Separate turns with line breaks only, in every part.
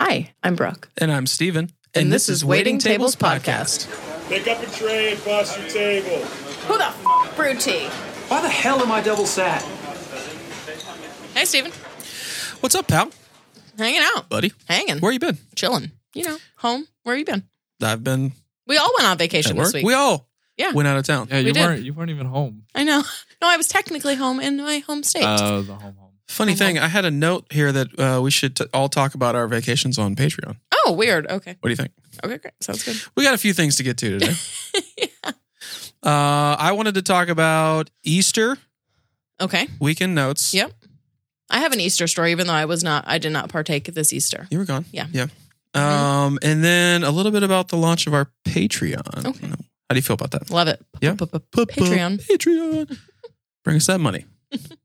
Hi, I'm Brooke.
And I'm Steven.
And this is Waiting Tables Podcast.
Pick up a tray across your table.
Who the f brewed tea?
Why the hell am I double sat?
Hey, Steven.
What's up, pal?
Hanging out.
Buddy?
Hanging.
Where you been?
Chilling. You know, home. Where you been?
I've been
We all went on
at
vacation this
work.
week.
We all
Yeah.
went out of town.
Yeah, you
did.
weren't you weren't even home.
I know. No, I was technically home in my home state.
Uh, the home home.
Funny thing, I had a note here that uh, we should t- all talk about our vacations on Patreon.
oh, weird. Okay.
What do you think?
Okay, great. Sounds good.
We got a few things to get to today. uh, I wanted to talk about Easter
Okay.
weekend notes.
Yep. I have an Easter story, even though I was not, I did not partake this Easter.
You were gone.
Yeah. Mm-hmm.
Yeah. Um, and then a little bit about the launch of our Patreon.
Okay.
How do you feel about that?
Love it.
Yeah.
Patreon.
Patreon. Bring us that money.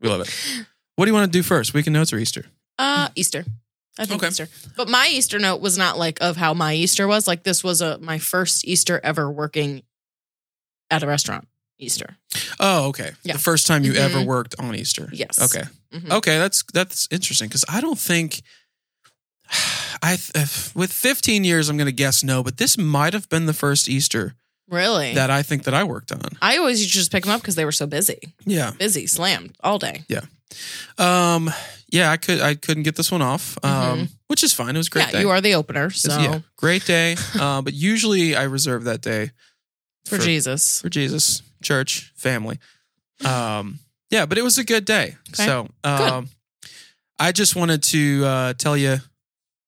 We love it. What do you want to do first? Weekend notes or Easter?
Uh, Easter. I think
Okay.
Easter. But my Easter note was not like of how my Easter was. Like this was a my first Easter ever working at a restaurant. Easter.
Oh, okay.
Yeah.
The first time you ever
Mhm.
worked on Easter.
Yes.
Okay.
Mhm.
Okay, that's that's interesting because I don't think I th- if- with 15 years I'm going to guess no, but this might have been the first Easter
Really?
that I think that I worked on.
I always used to just pick them up because they were so busy.
Yeah.
Busy, slammed all day.
Um yeah, I could I couldn't get this one off. Um which is fine. It was a great
Mm-hmm. yeah,
day.
you are the opener, so
Yeah, great day. Uh, but usually I reserve that day
for,
for-
Jesus.
for Jesus, church, family. Um, yeah, but it was a good day.
Okay.
So um, I just wanted to uh, tell you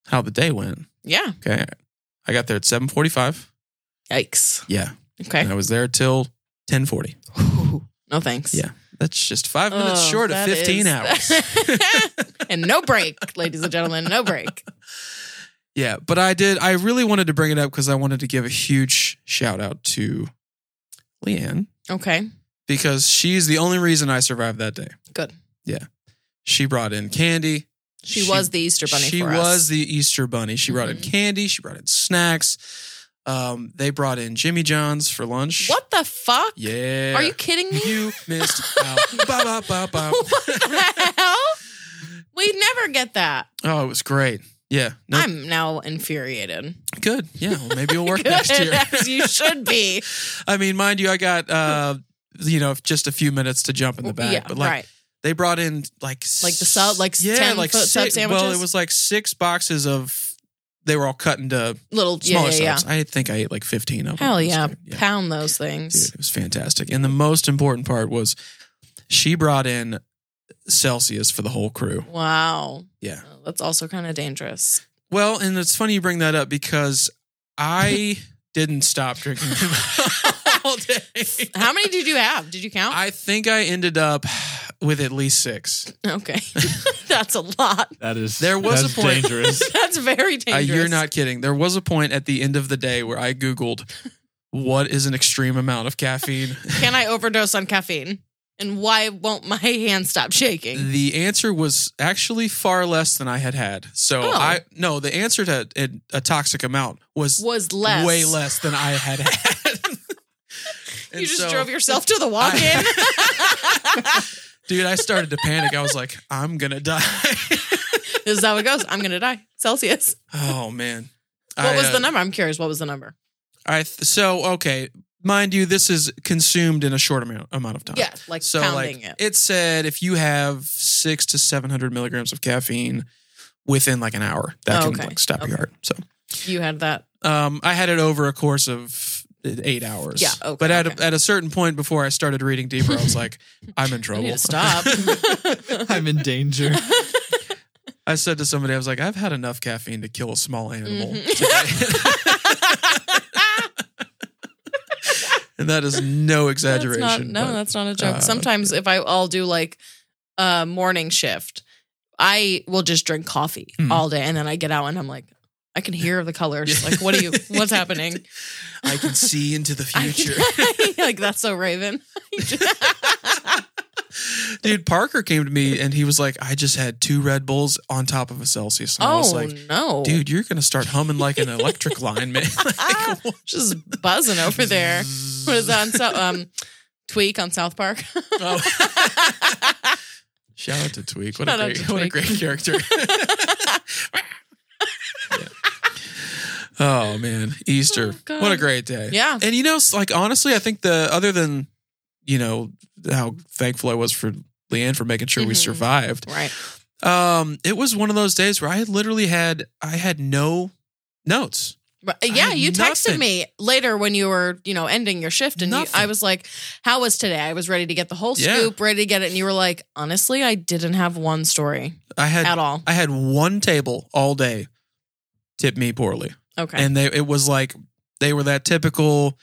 how the day went.
Yeah.
Okay, I got there at seven forty-five.
Yikes.
Yeah,
Okay.
and I was there till ten forty.
No thanks.
Yeah. That's just five minutes
Oh,
short of
that
fifteen
is-
hours.
and no break, ladies and gentlemen, no break.
yeah, but I did. I really wanted to bring it up because I wanted to give a huge shout out to Leanne
Okay.
because she's the only reason I survived that day.
Good.
She brought in candy.
She,
She-
was the Easter bunny
she
for us. Mm-hmm.
was the Easter bunny. She brought in candy. She brought in snacks. Um, they brought in Jimmy John's for lunch.
What the fuck?
Yeah.
Are you kidding me?
You missed out. Ba, ba, ba, ba.
what the hell? We never get that.
Oh, it was great. Yeah. No,
I'm now infuriated.
good. Yeah. Well, maybe it'll work next year.
As you should be.
I mean, mind you, I got uh, you know, just a few minutes to jump in the back.
yeah,
but like
right.
they brought in like
Like the sub- like 10 foot sub
six- Well,
sandwiches?
it was like six boxes of they were all cut into
Little yeah,
smaller
yeah, yeah.
subs. I think I ate like fifteen of them.
Hell
It was
yeah.
great.
Pound those things.
Dude, it was fantastic. And the most important part was she brought in Celsius for the whole crew.
Wow.
Yeah.
Oh, That's also kind of dangerous.
Well, and it's funny you bring that up because I didn't stop drinking them all day.
How many did you have? Did you count?
I think I ended up with at least six.
okay. That's a lot.
That is
There was
that's
a point-
dangerous.
That's very
Uh,
dangerous.
you're not kidding. There was a point at the end of the day where I Googled what is an extreme amount of caffeine.
Can I overdose on caffeine? And why won't my hand stop shaking?
The answer was actually far less than I had had. So
Oh.
I no, the answer to a, a toxic amount was,
Was less.
way less than I had had.
You just drove yourself to the walk in.
dude. I started to panic. I was like, I'm gonna die.
this is how it goes. I'm going to die. Celsius.
oh man,
What
I,
was
uh,
the number? I'm curious. What was the number?
I th- so okay. Mind you, this is consumed in a short amount amount of time.
Yeah, like
so
pounding
like
it.
said if you have six to seven hundred milligrams of caffeine within like an hour, that
Oh,
can
okay.
like stop your
Okay.
heart. So
You had that.
Um, I had it over a course of uh, eight hours.
Yeah, okay,
But at
okay.
a, at a certain point before I started reading deeper, I was like, I'm in
I
trouble.
need to stop.
I'm in danger.
I said to somebody, I was like, I've had enough caffeine to kill a small animal.
Mm-hmm.
and that is no exaggeration.
That's not, no,
but-
that's not a joke.
uh,
Sometimes if I, I'll do like a morning shift, I will just drink coffee
Mhm.
all day, and then I get out and I'm like, I can hear the colors.
Yeah.
Like, what are you? What's happening?
I can see into the
I
future.
can, like that's so Raven.
Dude, Parker came to me and he was like, I just had two Red Bulls on top of a Celsius. And I
oh
was like,
no,
dude, you're going to start humming like an electric line, man. Like, what?
just buzzing over there. What is that on so, um, Tweak on South Park?
Shout out to Tweak. What
Oh. Shout
a
out
great
to Tweak.
what a great character. Yeah. Oh man, Easter!
Oh, God.
what a great day!
Yeah.
and you know, s- like honestly, I think the other than you know how thankful I was for Leanne for making sure we
Mhm.
survived.
Right.
Um, it was one of those days where I literally had I had no notes.
Right. uh, Yeah,
had
you texted
nothing.
me later when you were, you know, ending your shift, and you,
Nothing.
I was like, "How was today?" I was ready to get the whole
Yeah.
scoop, ready to get it, and you were like, "Honestly, I didn't have one story
I had
at all."
I had one table all day tip me poorly.
Okay,
And they it was like they were that typical,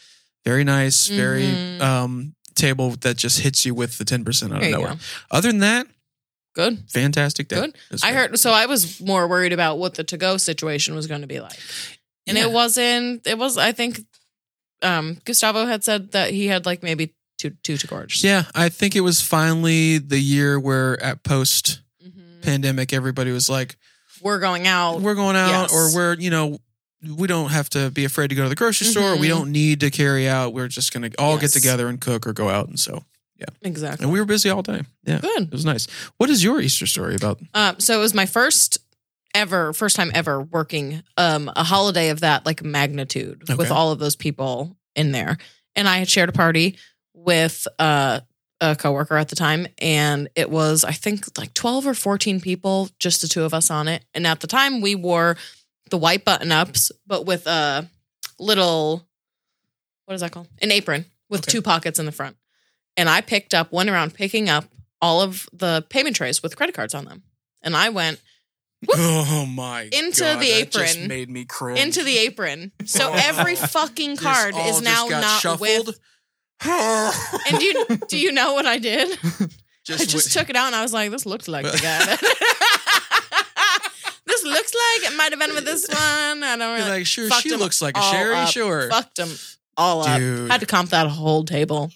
very nice, very
Mhm.
um table that just hits you with the ten percent out
There
of
you
nowhere.
go.
Other than that,
good.
fantastic day.
Good.
It was
I
great.
heard. So I was more worried about what the to go situation was going to be like, and
Yeah.
it wasn't. It was. I think um Gustavo had said that he had like maybe two two to gorge.
Yeah, I think it was finally the year where at
Mm-hmm.
post
Mhm.
pandemic everybody was like,
We're going out.
we're going out
Yes.
or we're, you know, we don't have to be afraid to go to the grocery store. We
Mhm.
don't need to carry out. We're just going to all get
Yes.
together and cook or go out. And so,
exactly.
and we were busy all day. Yeah.
good.
It was nice. What is your Easter story about?
Um, so it was my first ever, first time ever working um, a holiday of that like magnitude with
Okay.
all of those people in there. And I had shared a party with uh, a coworker at the time, and it was I think like twelve or fourteen people, just the two of us on it. And at the time, we wore the white button ups, but with a little what is that called? An apron with
Okay.
two pockets in the front. And I picked up, went around picking up all of the payment trays with credit cards on them. And I went
Oh my!
Into the
that just
apron.
made me cringe.
into the apron. So every fucking
This
card
all
is
just
now
got
not
shuffled.
with. And do you, do you know what I did? I
just,
just
wi-
took it out and I was like, this looks like the guy. that- this looks like it might have been with this one. I don't
You're
really.
like sure
fucked
she
them
looks like a
all
Sherry.
up.
Sure,
Fucked them all up.
Dude.
Had to comp that whole table.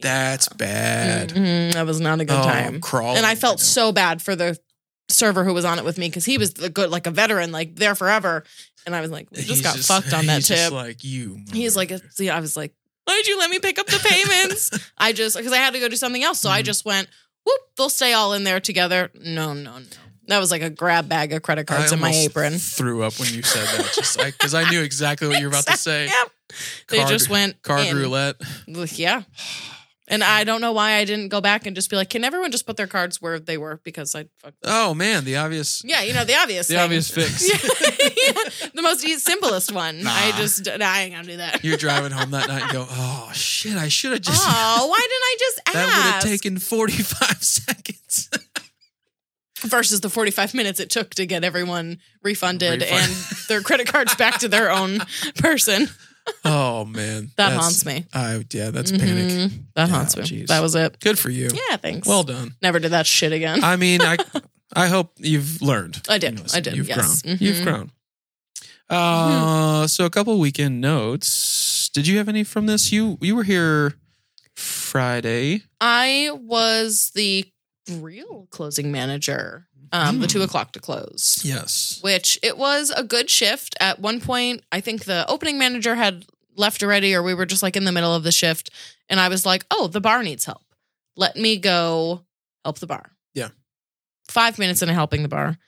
that's bad.
Mhm, that was not a Mm-hmm. good
Oh,
time.
crawling.
and I felt so bad for the server who was on it with me because he was the good, like a veteran, like there forever. And I was like, we just
He's
got fucked on that
he's just
tip.
like you.
He's like,
motherfucker.
see, I was like, why'd you let me pick up the payments? I just because I had to go do something else, so
Mm-hmm.
I just went. Whoop! They'll stay all in there together. No, no, no. That was like a grab bag of credit cards
I
in my
almost
apron.
Threw up when you said that, just because I knew exactly what you were about to say.
Yep. They
Card-
just went
card
in.
roulette.
Like, Yeah. And I don't know why I didn't go back and just be like, can everyone just put their cards where they were? Because I, fuck-
Oh man, the obvious.
yeah, you know, the obvious
The
thing.
obvious fix.
Yeah. the most e- simplest one. I just, nah, I ain't gonna do that.
You're driving home that night and go, oh shit, I should have just.
Oh, why didn't I just ask?
that would have taken 45 seconds.
versus the 45 minutes it took to get everyone refunded
Refund.
and their credit cards back to their own person.
oh man,
That
That's-
haunts me.
I yeah, that's panic.
Mhm. That
Yeah,
haunts me.
jeez.
That was it.
Good for you.
Yeah, thanks.
Well done.
never did that shit again.
I mean, I I hope you've learned.
I did. I did,
You've
yes.
grown.
Mhm.
You've grown. Uh, so a couple weekend notes. Did you have any from this? You you were here Friday.
I was the real closing manager, um, the
Hmm.
two o'clock to close,
Yes.
which it was a good shift. At one point, I think the opening manager had left already, or we were just like in the middle of the shift. And I was like, oh, the bar needs help. Let me go help the bar.
Yeah.
Five minutes into helping the bar,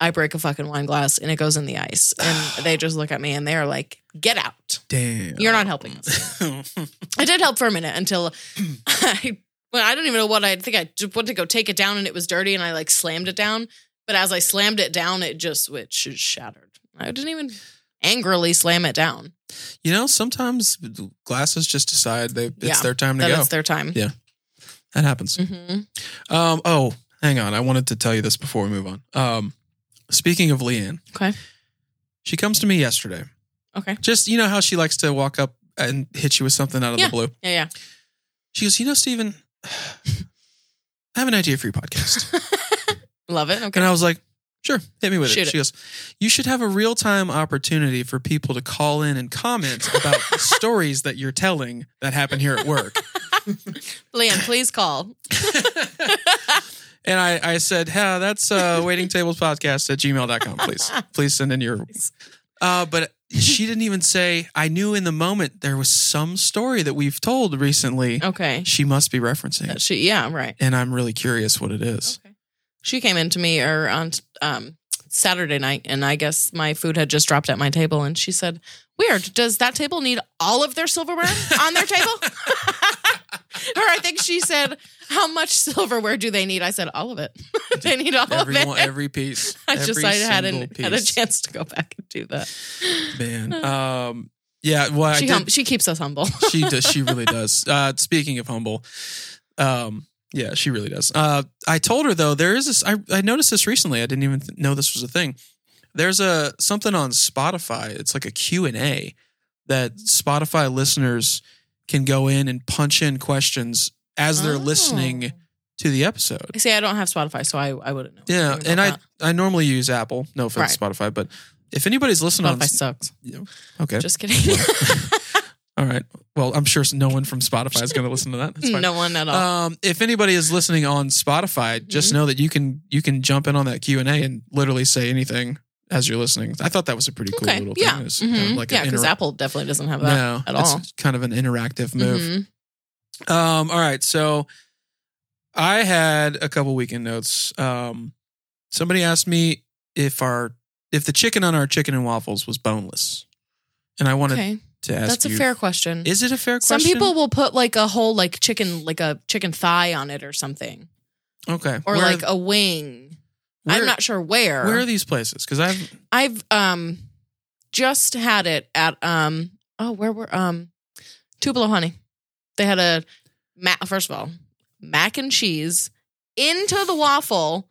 I break a fucking wine glass and it goes in the ice. And they just look at me and they're like, get out.
Damn.
You're not helping us. I did help for a minute until I well, I don't even know what I I think I just went to go take it down and it was dirty and I like slammed it down. But as I slammed it down, it just it sh- shattered. I didn't even angrily slam it down.
you know, sometimes glasses just decide they it's
Yeah,
their time to
That
go.
it's their time.
Yeah. that happens.
hmm
Um, oh, hang on. I wanted to tell you this before we move on. Um, speaking of Leanne,
Okay.
she comes to me yesterday.
Okay.
Just you know how she likes to walk up and hit you with something out of the blue.
Yeah. Yeah.
She goes, you know, Steven, I have an idea for your podcast,
Love it. Okay.
and I was like. Sure, hit me with
Shoot
it.
it.
She goes, You should have a real time opportunity for people to call in and comment about stories that you're telling that happen here at work.
Leanne, please call.
And I, I said, yeah, that's uh, waiting tables podcast at gmail.com. Please, please send in your. Uh, but she didn't even say, I knew in the moment there was some story that we've told recently.
Okay.
She must be referencing. it.
She yeah, right.
And I'm really curious what it is.
Okay. She came into me or on er, um Saturday night, and I guess my food had just dropped at my table. And she said, "Weird. Does that table need all of their silverware on their table?" or I think she said, "How much silverware do they need?" I said, "All of it. they need all
Everyone,
of it."
every piece.
Oh, I just
every
I hadn't
single
had a
piece.
chance to go back and do that.
man. Um, yeah, well, I
she
did,
hum- she keeps us humble.
she does. She really does. Uh, speaking of humble, um, yeah, she really does. Uh, I told her though there is this. I, I noticed this recently. I didn't even th- know this was a thing. There's a something on Spotify. It's like a Q and A that Spotify listeners can go in and punch in questions as they're
Oh.
listening to the episode.
See, I don't have Spotify, so I, I wouldn't know.
Yeah,
anything
and I
about
I normally use Apple. No offense, Spotify, but if anybody's
that.
listening
Spotify sucks.
on okay,
Just kidding.
all right. Well, I'm sure no one from Spotify is going to listen to that. That's fine.
no one at all.
Um, if anybody is listening on Spotify, just
Mm-hmm.
know that you can you can jump in on that Q and A and literally say anything as you're listening. I thought that was a pretty cool
okay.
little
yeah.
thing. It's
Mhm.
kind of like
yeah,
an
because
intera-
Apple definitely doesn't have that
no,
at
it's
all.
kind of an interactive move.
Mhm.
Um, all right, so I had a couple weekend notes. Um, somebody asked me if our if the chicken on our chicken and waffles was boneless, and I wanted
Okay,
to ask
that's a
you,
fair question.
Is it a fair
Some
question?
people will put like a whole like chicken, like a chicken thigh on it or something,
okay,
or
Where-
like a wing.
where-
I'm not sure where.
Where are these places? Because I've
I've um just had it at um oh where were um Tupelo Honey. They had a ma- first of all mac and cheese into the waffle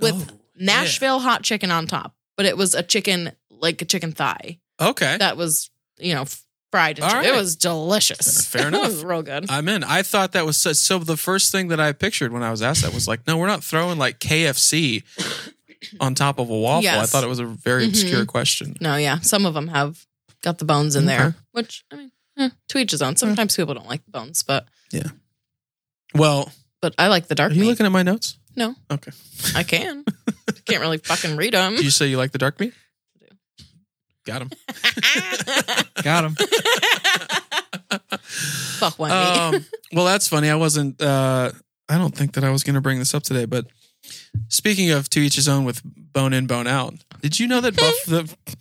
with
Oh,
Nashville hot chicken on top, but it was a chicken like a chicken thigh
okay.
that was you know fried.
All
Into, It
right.
was delicious.
Fair
it was
enough. Uh,
real good.
I'm in. I thought that was so, so. The first thing that I pictured when I was asked that was like, no, we're not throwing like KFC on top of a waffle. I
Yes.
thought it was a very
Mhm.
obscure question.
no, yeah, some of them have got the bones in there, which I mean, eh, to each his
Mm.
own. Sometimes people don't like the bones, but
Well,
but I like the dark
are you
meat.
looking at my notes?
no,
Okay.
I can. Can't really fucking read them.
Did you say you like the dark meat? Got him.
Got him.
Fuck one meat.
Um, well, that's funny. I wasn't. Uh, I don't think that I was going to bring this up today. But speaking of to each his own with bone in, bone out. Did you know that buff the?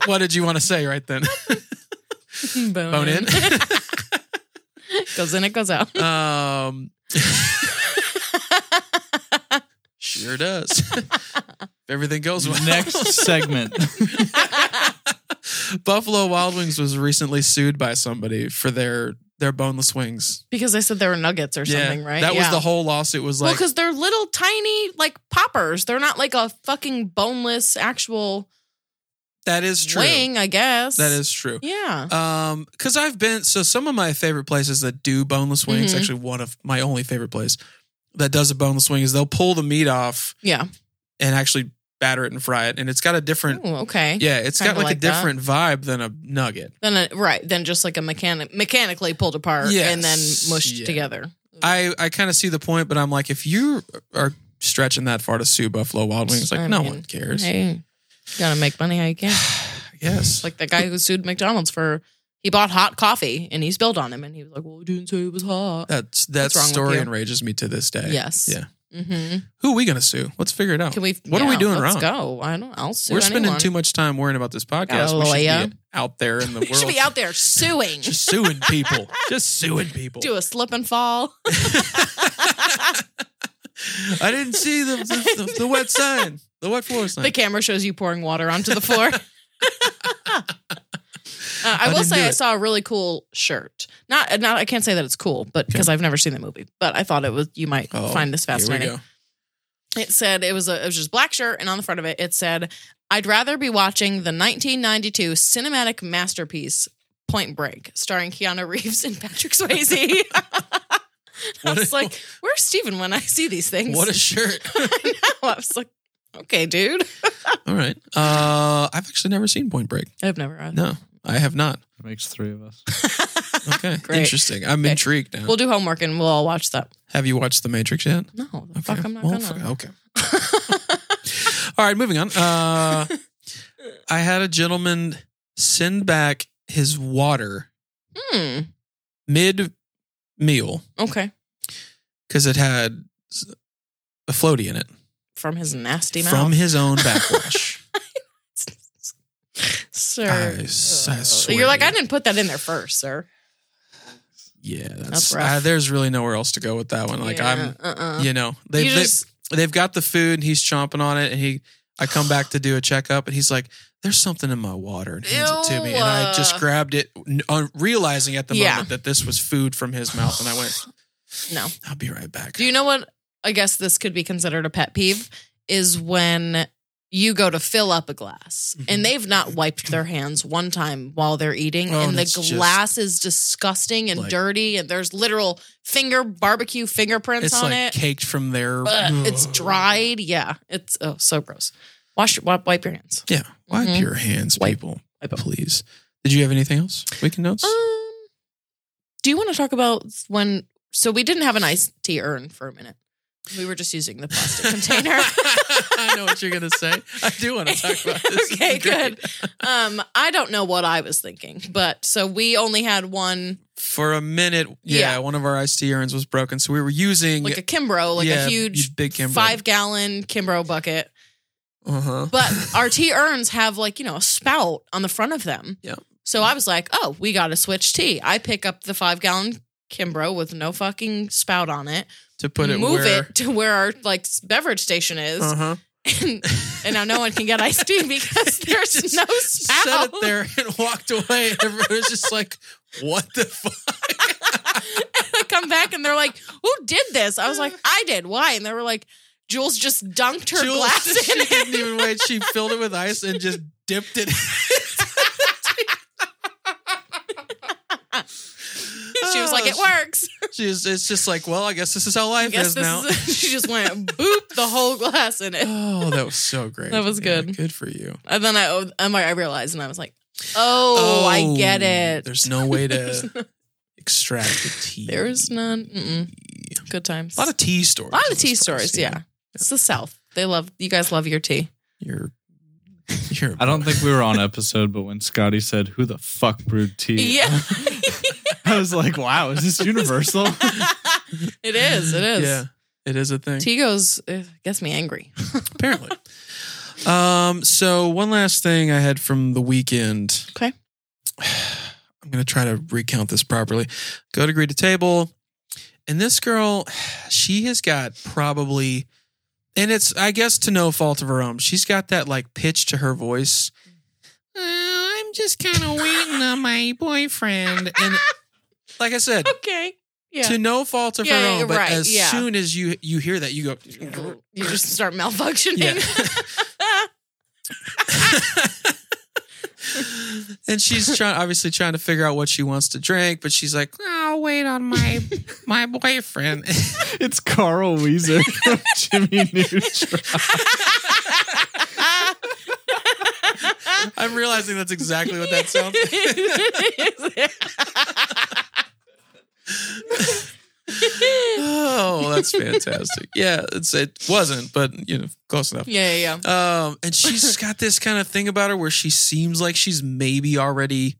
what did you want to say right then?
bone,
Bone in.
goes in, it goes out.
Um, sure does. if everything goes well.
Next segment.
Buffalo Wild Wings was recently sued by somebody for their their boneless wings.
Because they said there were nuggets or something, right?
That was
Yeah.
the whole lawsuit. Was
Well,
like
because they're little tiny like poppers. They're not like a fucking boneless actual
that is true.
wing, I guess.
That is true.
Yeah.
Um, because I've been so some of my favorite places that do boneless wings.
Mhm.
Actually, one of my only favorite place that does a boneless wing is they'll pull the meat off
Yeah.
and actually batter it and fry it, and it's got a different.
Ooh, okay.
Yeah, it's got
Kinda
like, a
like that.
different vibe than a nugget.
Then a, right, then just like a mechanic mechanically pulled apart
Yes.
and then mushed
Yeah.
together.
I I kind of see the point, but I'm like, if you are stretching that far to sue Buffalo Wild Wings, like
I
no
mean,
one cares.
Hey, gotta make money how you can.
Yes,
It's like the guy who sued McDonald's for he bought hot coffee and he spilled on him and he was like, "Well, I didn't say it was hot."
that's that
what's wrong with
story
you?
enrages me to this day.
Yes.
Uh, Yeah.
hmm
Who are we gonna sue? Let's figure it out.
Can we?
What are we
yeah,
doing
let's
wrong?
Go. I don't. I'll sue.
We're spending
anyone.
too much time worrying about this podcast.
Got a
we should
lawyer.
be out there in the
We should
world,
be out there suing.
just suing people, just suing people.
Do a slip and fall.
I didn't see the the, the, the wet sign, the wet floor sign.
the camera shows you pouring water onto the floor. Uh, I,
I
will
didn't do
say I
it.
saw a really cool shirt. Not, not I can't say that it's cool, but because I've never seen that movie. But I thought it was you might
Oh,
find this
Here we
fascinating.
go.
It said it was a it was just black shirt, and on the front of it it said, "I'd rather be watching the 1992 cinematic masterpiece Point Break, starring Keanu Reeves and Patrick Swayze." I
What
was
a-
like, "Where's Steven when I see these things?"
What a shirt!
I was like, "Okay, dude,
All right, uh, I've actually never seen Point Break.
I've never." Read.
No, I have not.
makes three of us.
Okay,
Great.
interesting. I'm
Okay.
intrigued now.
We'll do homework and we'll all watch that.
Have you watched The Matrix yet?
No, the fuck, I'm not
Well,
gonna.
fuck- okay. All right, moving on. Uh, I had a gentleman send back his water
Hmm.
mid meal
Okay.
because it had s- a floaty in it.
from his nasty mouth.
from his own backwash.
sir.
I s- I
Ugh.
swear
You're like,
to
I
you.
didn't put that in there first, sir.
yeah, that's,
That's rough.
uh, there's really nowhere else to go with that one. Like I'm,
uh-uh.
you know, they,
You
they
just-
they've got the food and he's chomping on it and he I come back to do a checkup and he's like there's something in my water and hands it to me and I just
Ew.
grabbed it n- uh, realizing at the
Yeah.
moment that this was food from his mouth and I went
no.
I'll be right back.
Do you know what? I guess this could be considered a pet peeve is when you go to fill up a glass and they've not wiped their hands one time while they're eating
Mm-hmm. Oh,
and
and
the
it's just-
glass is disgusting and
Like-
dirty and there's literal finger barbecue fingerprints
it's
on
like
it.
caked from their
Ugh, it's dried. Yeah. It's oh so gross. Wash your, wipe, wipe your hands.
Yeah, wipe
Mhm.
your hands,
Wipe.
people.
Wipe 'em.
Please. Did you have anything else? We can notes.
Um, do you want to talk about when? So we didn't have an iced tea urn for a minute. We were just using the plastic container.
I know what you're gonna say. I do want to talk about
okay,
this. This is great.
good. Um, I don't know what I was thinking, but so we only had one
For a minute, yeah,
Yeah.
one of our iced tea urns was broken, so we were using
like a Kimbro, like
yeah,
a huge
big Kimbro.
five gallon Kimbro bucket.
Uh huh.
But our tea urns have like, you know, a spout on the front of them.
Yeah.
So I was like, oh, we gotta switch tea. I pick up the five gallon Kimbro with no fucking spout on it.
To put it
move
where.
it to where our like beverage station is,
Uh huh.
and, and now no one can get iced tea because there's
Just
no
Set
spout.
it there and walked away. Everyone was just like, "What the fuck?"
I come back and they're like, "Who did this?" I was like, "I did." Why? And they were like, "Jules just dunked her
Jules,
glass
she
in it."
didn't even wait. She filled it with ice and just dipped it.
She was
Oh,
like, "It works."
She's. It's just like, well, I guess this is how life
Guess
is
this
now.
is she just went boop the whole glass in it,
Oh, that was so great.
That was
Yeah,
good.
good for you.
and then I oh, and I realized, and I was like, "Oh, I get it."
There's no way to extract the tea.
There's none. Mm-mm. Good times.
a lot of tea stories.
a lot
in
of tea
this place,
stories. Yeah, it's the South. They love you guys. Love your tea.
You're. You're.
I don't think we were on episode, but when Scotty said, "Who the fuck brewed tea?"
Yeah,
I was like, "Wow, is this universal?"
it is. It is.
Yeah, it is a thing.
Tea goes eh, gets me angry.
Apparently. um. So one last thing I had from the weekend.
Okay.
I'm gonna try to recount this properly. Go to agree to table, and this girl, she has got probably, and it's I guess to no fault of her own. She's got that like pitch to her voice. "Uh, I'm just kind of waiting on my boyfriend, and like I said,
Okay. Yeah.
to no fault of
Yeah,
her
yeah,
own.
you're
but
right,
as
yeah.
soon as you you hear that, you go.
you just start malfunctioning.
Yeah. and she's trying obviously trying to figure out what she wants to drink, but she's like, I'll wait on my my boyfriend.
it's Carl Weezer from Jimmy Neutron.
I'm realizing that's exactly what that sounds like. Oh, that's fantastic. Yeah, it's it wasn't, but you know, close enough.
yeah, yeah, yeah.
Um, and she's got this kind of thing about her where she seems like she's maybe already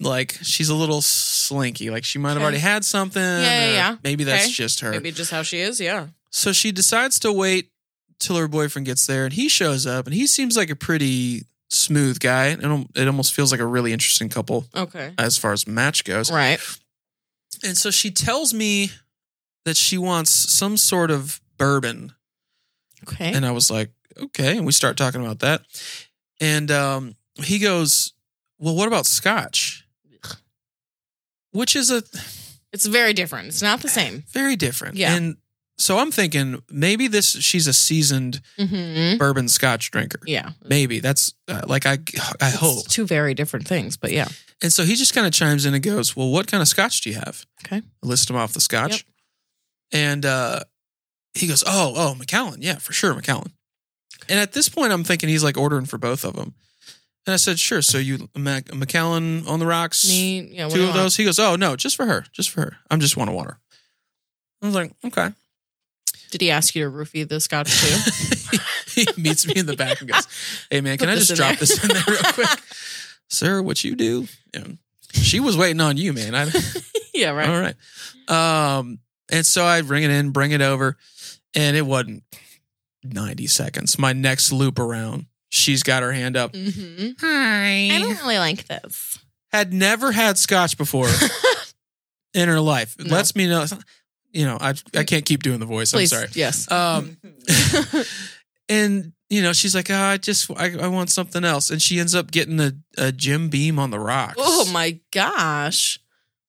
like she's a little slinky, like she might have
Okay.
already had something.
Yeah, yeah,
or
yeah.
Maybe that's
Okay.
just her.
Maybe just how she is. Yeah.
So she decides to wait till her boyfriend gets there, and he shows up, and he seems like a pretty smooth guy. It al- it almost feels like a really interesting couple
Okay.
as far as match goes.
Right.
And so she tells me that she wants some sort of bourbon,
Okay.
and I was like, okay. And we start talking about that, and um, he goes, "Well, what about scotch?" Which is a
it's very different. It's not the same.
very different.
Yeah.
And so I'm thinking maybe this she's a seasoned
Mm-hmm.
bourbon scotch drinker.
Yeah.
Maybe that's uh, like I I hope.
It's two very different things, but yeah.
And so he just kind of chimes in and goes, "Well, what kind of scotch do you have?"
Okay.
I list him off the scotch,
Yep.
and uh, he goes, "Oh, oh, Macallan, yeah, for sure, Macallan." And at this point, I'm thinking he's like ordering for both of them. And I said, "Sure." So you Mac- Macallan on the rocks,
Me, yeah. what do
two
you
of
want?
those. He goes, "Oh no, just for her, just for her. I'm just want to water." I was like, "Okay."
Did he ask you to roofie the scotch too?
he meets me in the back and goes, "Hey man, can
Put
I
this
just
in
drop
there."
this in there real quick, sir? What you do?" Yeah. She was waiting on you, man. I,
yeah. Right.
All right. Um, and so I bring it in, bring it over, and it wasn't. 90 seconds. My next loop around, she's got her hand up.
Mm-hmm. I
Hi.
don't really like this.
Had never had scotch before in her life. It
No.
Lets me know. You know, I I can't keep doing the voice.
Please,
I'm sorry.
yes.
Um, and you know, she's like, oh, I just I, I want something else, and she ends up getting a, a Jim Beam on the rocks.
oh my gosh!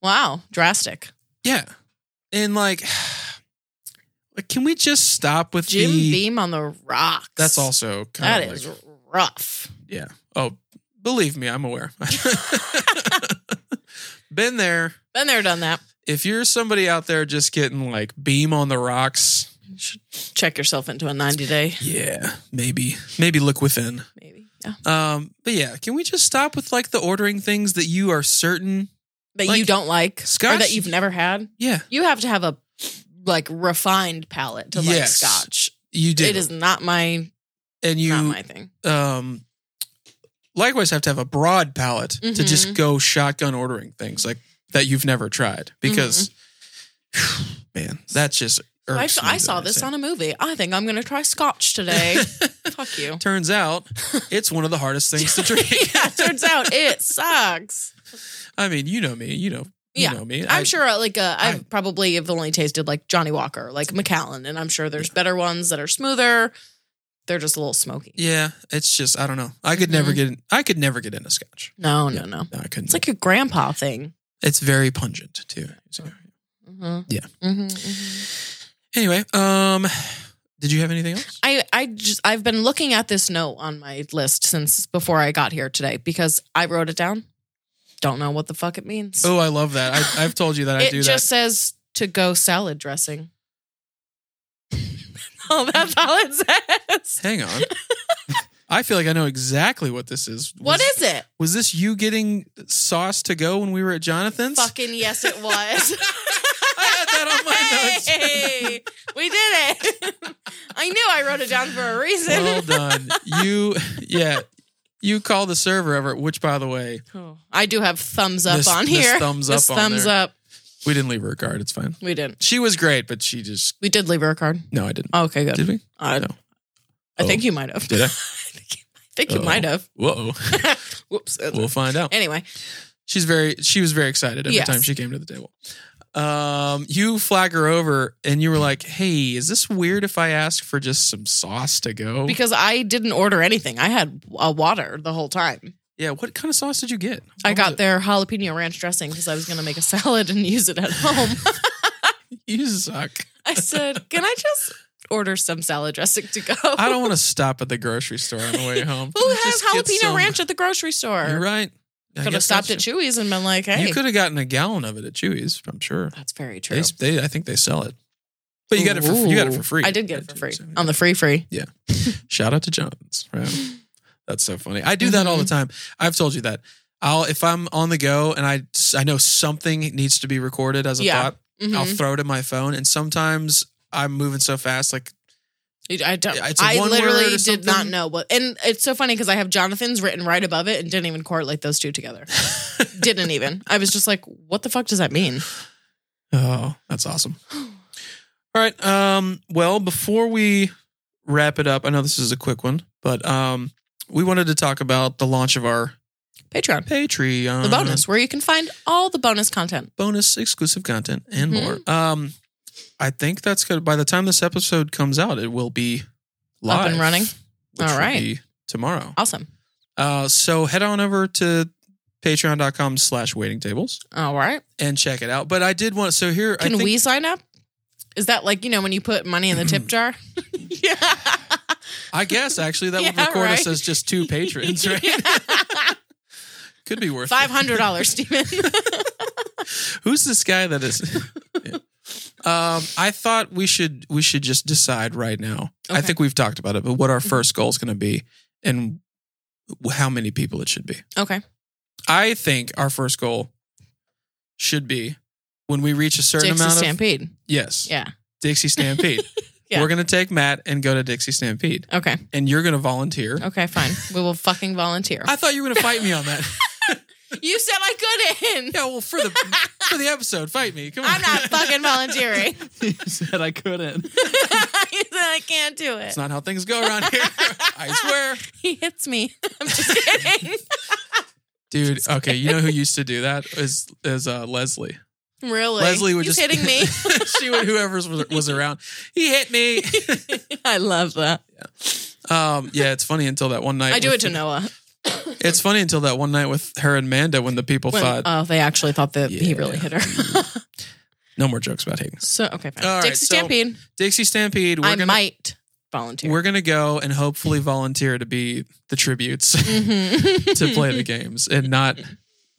Wow, drastic.
Yeah, and like, like, can we just stop with
Jim
the?
Beam on the rocks.
That's also kind
That
of like,
is rough.
yeah. Oh, believe me, I'm aware. Been there.
Been there, done that.
If you're somebody out there just getting like beam on the rocks,
Check yourself into a ninety day,
yeah, maybe maybe look within.
maybe. Yeah.
Um, but yeah, can we just stop with like the ordering things that you are certain?
That
Like,
you don't like, or
scotch-
that you've never had.
Yeah,
You have to have a like refined palate to
Yes.
like scotch.
you do.
It is not my
and you
not my thing.
um likewise have to have a broad palate to just
Mhm.
go shotgun ordering things like that you've never tried because man that's just
Mm-hmm. I,
irks
I saw this
eh?
on a movie. I think I'm going to try scotch today. Fuck you.
turns out it's one of the hardest things to drink
yeah, turns out it sucks.
i mean you know me you know you
Yeah,
know me
I'm
I-
sure like uh, I've probably have only tasted like Johnny Walker, like Macallan, and I'm sure there's better ones that are smoother. They're just a little smoky.
yeah it's just i don't know i could never
Mhm.
get in, i could never get into scotch
No, no, no.
no i couldn't
It's like
it's,
a grandpa thing.
very pungent too So,
Mhm.
Yeah.
Mhm, mhm.
anyway um did you have anything else
I, I just I've been looking at this note on my list since before I got here today because I wrote it down. Don't know what the fuck it means.
oh i love that I, i've told you that i
it
do
just says to go salad dressing. oh, that's all it says.
that hang on i feel like i know exactly what this is
What
Was-
is it?
Was this you getting sauce to go when we were at Jonathan's?
Fucking yes, it was.
I had that on my notes.
Hey, we did it. I knew I wrote it down for a reason.
well done. You, yeah, you call the server ever. Which, by the way,
Oh, I do have thumbs up
Miss-
on
Miss
here.
thumbs
Miss
up on
thumbs
there.
up.
we didn't leave her a card. It's fine.
We didn't.
She was great, but she just
We did leave her a card.
no, I didn't.
Oh, okay, good.
Did we?
I,
No.
I think
Oh.
you might have.
Did I?
I think you- I think you
Oh.
might have.
Whoa.
Whoops.
We'll find out.
Anyway,
She's very. She was very excited every
Yes.
time she came to the table. Um, you flag her over, and you were like, "Hey, is this weird if I ask for just some sauce to go?"
because I didn't order anything, I had a water the whole time.
yeah, what kind of sauce did you get?
I
What was
got
it?
their jalapeno ranch dressing because I was going to make a salad and use it at home.
You suck.
I said, "Can I just order some salad dressing to go?"
I don't want to stop at the grocery store on the way home.
Who has
Just get
jalapeno
some-
ranch at the grocery store?
You're right. I
Could have
guess
stopped at
that's-
Chewy's and been like, "Hey,
You could have gotten a gallon of it at Chewy's. I'm sure.
that's very true."
They, they, I think they sell it. But you got it for you got it for
Ooh.
free.
I did get it for
at
free
Chewy's, yeah.
on the free free.
Shout out to Johns. That's so funny. I do that all the
Mm-hmm.
time. I've told you that. I'll if I'm on the go and I I know something needs to be recorded as a
Yeah.
thought, I'll
Mhm.
throw it in my phone. And sometimes I'm moving so fast, like
I don't.
Yeah, it's a
I
one word or
literally did
something.
not know what. And it's so funny because I have Jonathan's written right above it and didn't even correlate those two together. didn't even. I was just like, "What the fuck does that mean?"
Oh, that's awesome. All right. Um, well, before we wrap it up, I know this is a quick one, but um, we wanted to talk about the launch of our
Patreon,
Patreon.
the bonus where you can find all the bonus content.
Bonus exclusive content and
Mhm.
more. Um, I think that's good. By the time this episode comes out, it will be live.
Up and running.
which
All
will
right.
be tomorrow.
Awesome.
Uh, so head on over to patreon.com slash waiting tables
All right.
and check it out. But I did want, so here, I
Can
think-
we sign up? Is that like you know when you put money in the tip jar? yeah.
I guess actually that would
Yeah,
record us
right.
as just two patrons, right? Could be worth
Five
it.
hundred dollars, Steven.
Who's this guy that is? Yeah. Um, I thought we should we should just decide right now. I
Okay. Mm-hmm.
think we've talked about it, but what our first goal is going to be and how many people it should be.
okay.
I think our first goal should be when we reach a certain
Dixie
amount of
Stampede.
yes,
Yeah.
Dixie Stampede.
Yeah.
We're going to take Matt and go to Dixie Stampede,
Okay.
and you're going to volunteer.
Okay. Fine. we will fucking volunteer.
I thought you were going to fight me on that.
You said I couldn't.
Yeah, well, for the for the episode, fight me. Come on.
I'm not fucking volunteering.
he said I couldn't.
I said I can't do it.
It's not how things go around here. I swear.
He hits me. I'm just kidding.
Dude, okay, you know who used to do that is is uh, Leslie.
really?
Leslie would
He's
just
hitting me.
she would whoever was, was around. He hit me.
I love that.
Um, yeah, it's funny until that one night.
I do
with-
it to Noah.
It's funny until that one night with her and Manda when the people
When,
thought
oh, they actually thought that he
Yeah.
really hit her.
no more jokes about Higgins.
so okay, fine.
All right,
Dixie
so
Stampede.
Dixie Stampede. We're
I
gonna
might volunteer.
we're gonna go and hopefully volunteer to be the tributes
Mhm.
to play the games and not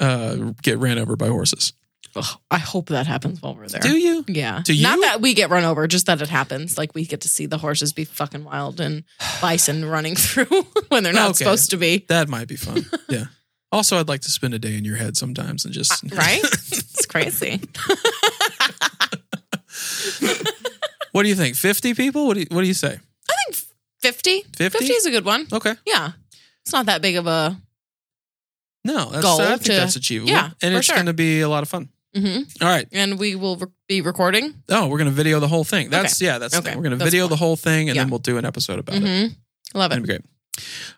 uh, get ran over by horses.
Ugh, I hope that happens while we're there.
Do you?
Yeah.
Do you?
Not that we get run over, just that it happens. Like we get to see the horses be fucking wild and bison running through when they're not
Okay.
supposed to be.
That might be fun. yeah. Also, I'd like to spend a day in your head sometimes and just
Right? it's crazy.
What do you think? Fifty people? What do you, What do you say?
50?
50?
is a good one.
Okay.
Yeah. It's not that big of a.
No, that's,
Goal
I think
to-
that's achievable.
yeah,
and
for
it's
sure.
going to be a lot of fun.
hmm
All right.
And we will re- be recording.
Oh, we're going to video the whole thing. That's yeah. That's the
Okay.
thing. we're going to
That's
video
fine.
the whole thing, and
Yeah.
then we'll do an episode about it.
hmm Love
That'd
it.
be great.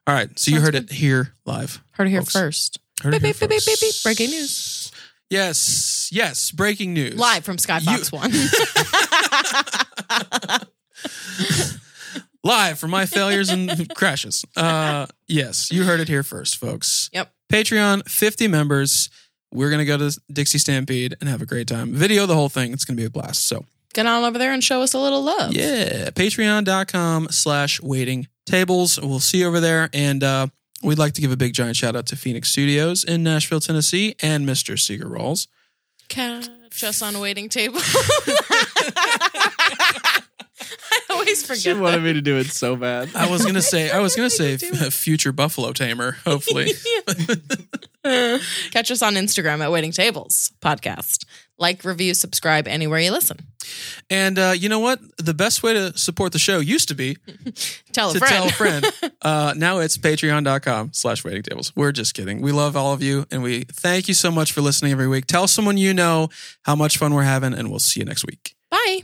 All right. So you
Sounds
heard it here live.
Heard it here
Folks.
first.
Heard it
Beep,
here
beep, beep, beep,
first.
beep. Breaking news.
Yes. Yes. Breaking news.
Live from Skybox
You-
1.
Live from my failures and crashes. Uh, yes. You heard it here first, folks.
Yep.
Patreon, 50 members. We're going to go to Dixie Stampede and have a great time. Video the whole thing. It's going to be a blast. So
Get on over there and show us a little love.
Yeah. Patreon.com slash waiting tables. We'll see you over there. And uh, we'd like to give a big giant shout out to Phoenix Studios in Nashville, Tennessee, and Mr. Seeger Rolls.
Catch us on a waiting table. I always
She
forget
wanted
that.
me to do it so bad.
I was gonna say I was gonna say
do it.
future buffalo tamer, hopefully.
Yeah. Catch us on Instagram at Waiting Tables Podcast. Like, review, subscribe anywhere you listen.
and uh, you know what? The best way to support the show used to be
Tell a
to
friend.
tell a friend. uh, now it's patreon.com slash waiting tables. We're just kidding. We love all of you and we thank you so much for listening every week. Tell someone you know how much fun we're having, and we'll see you next week.
Bye.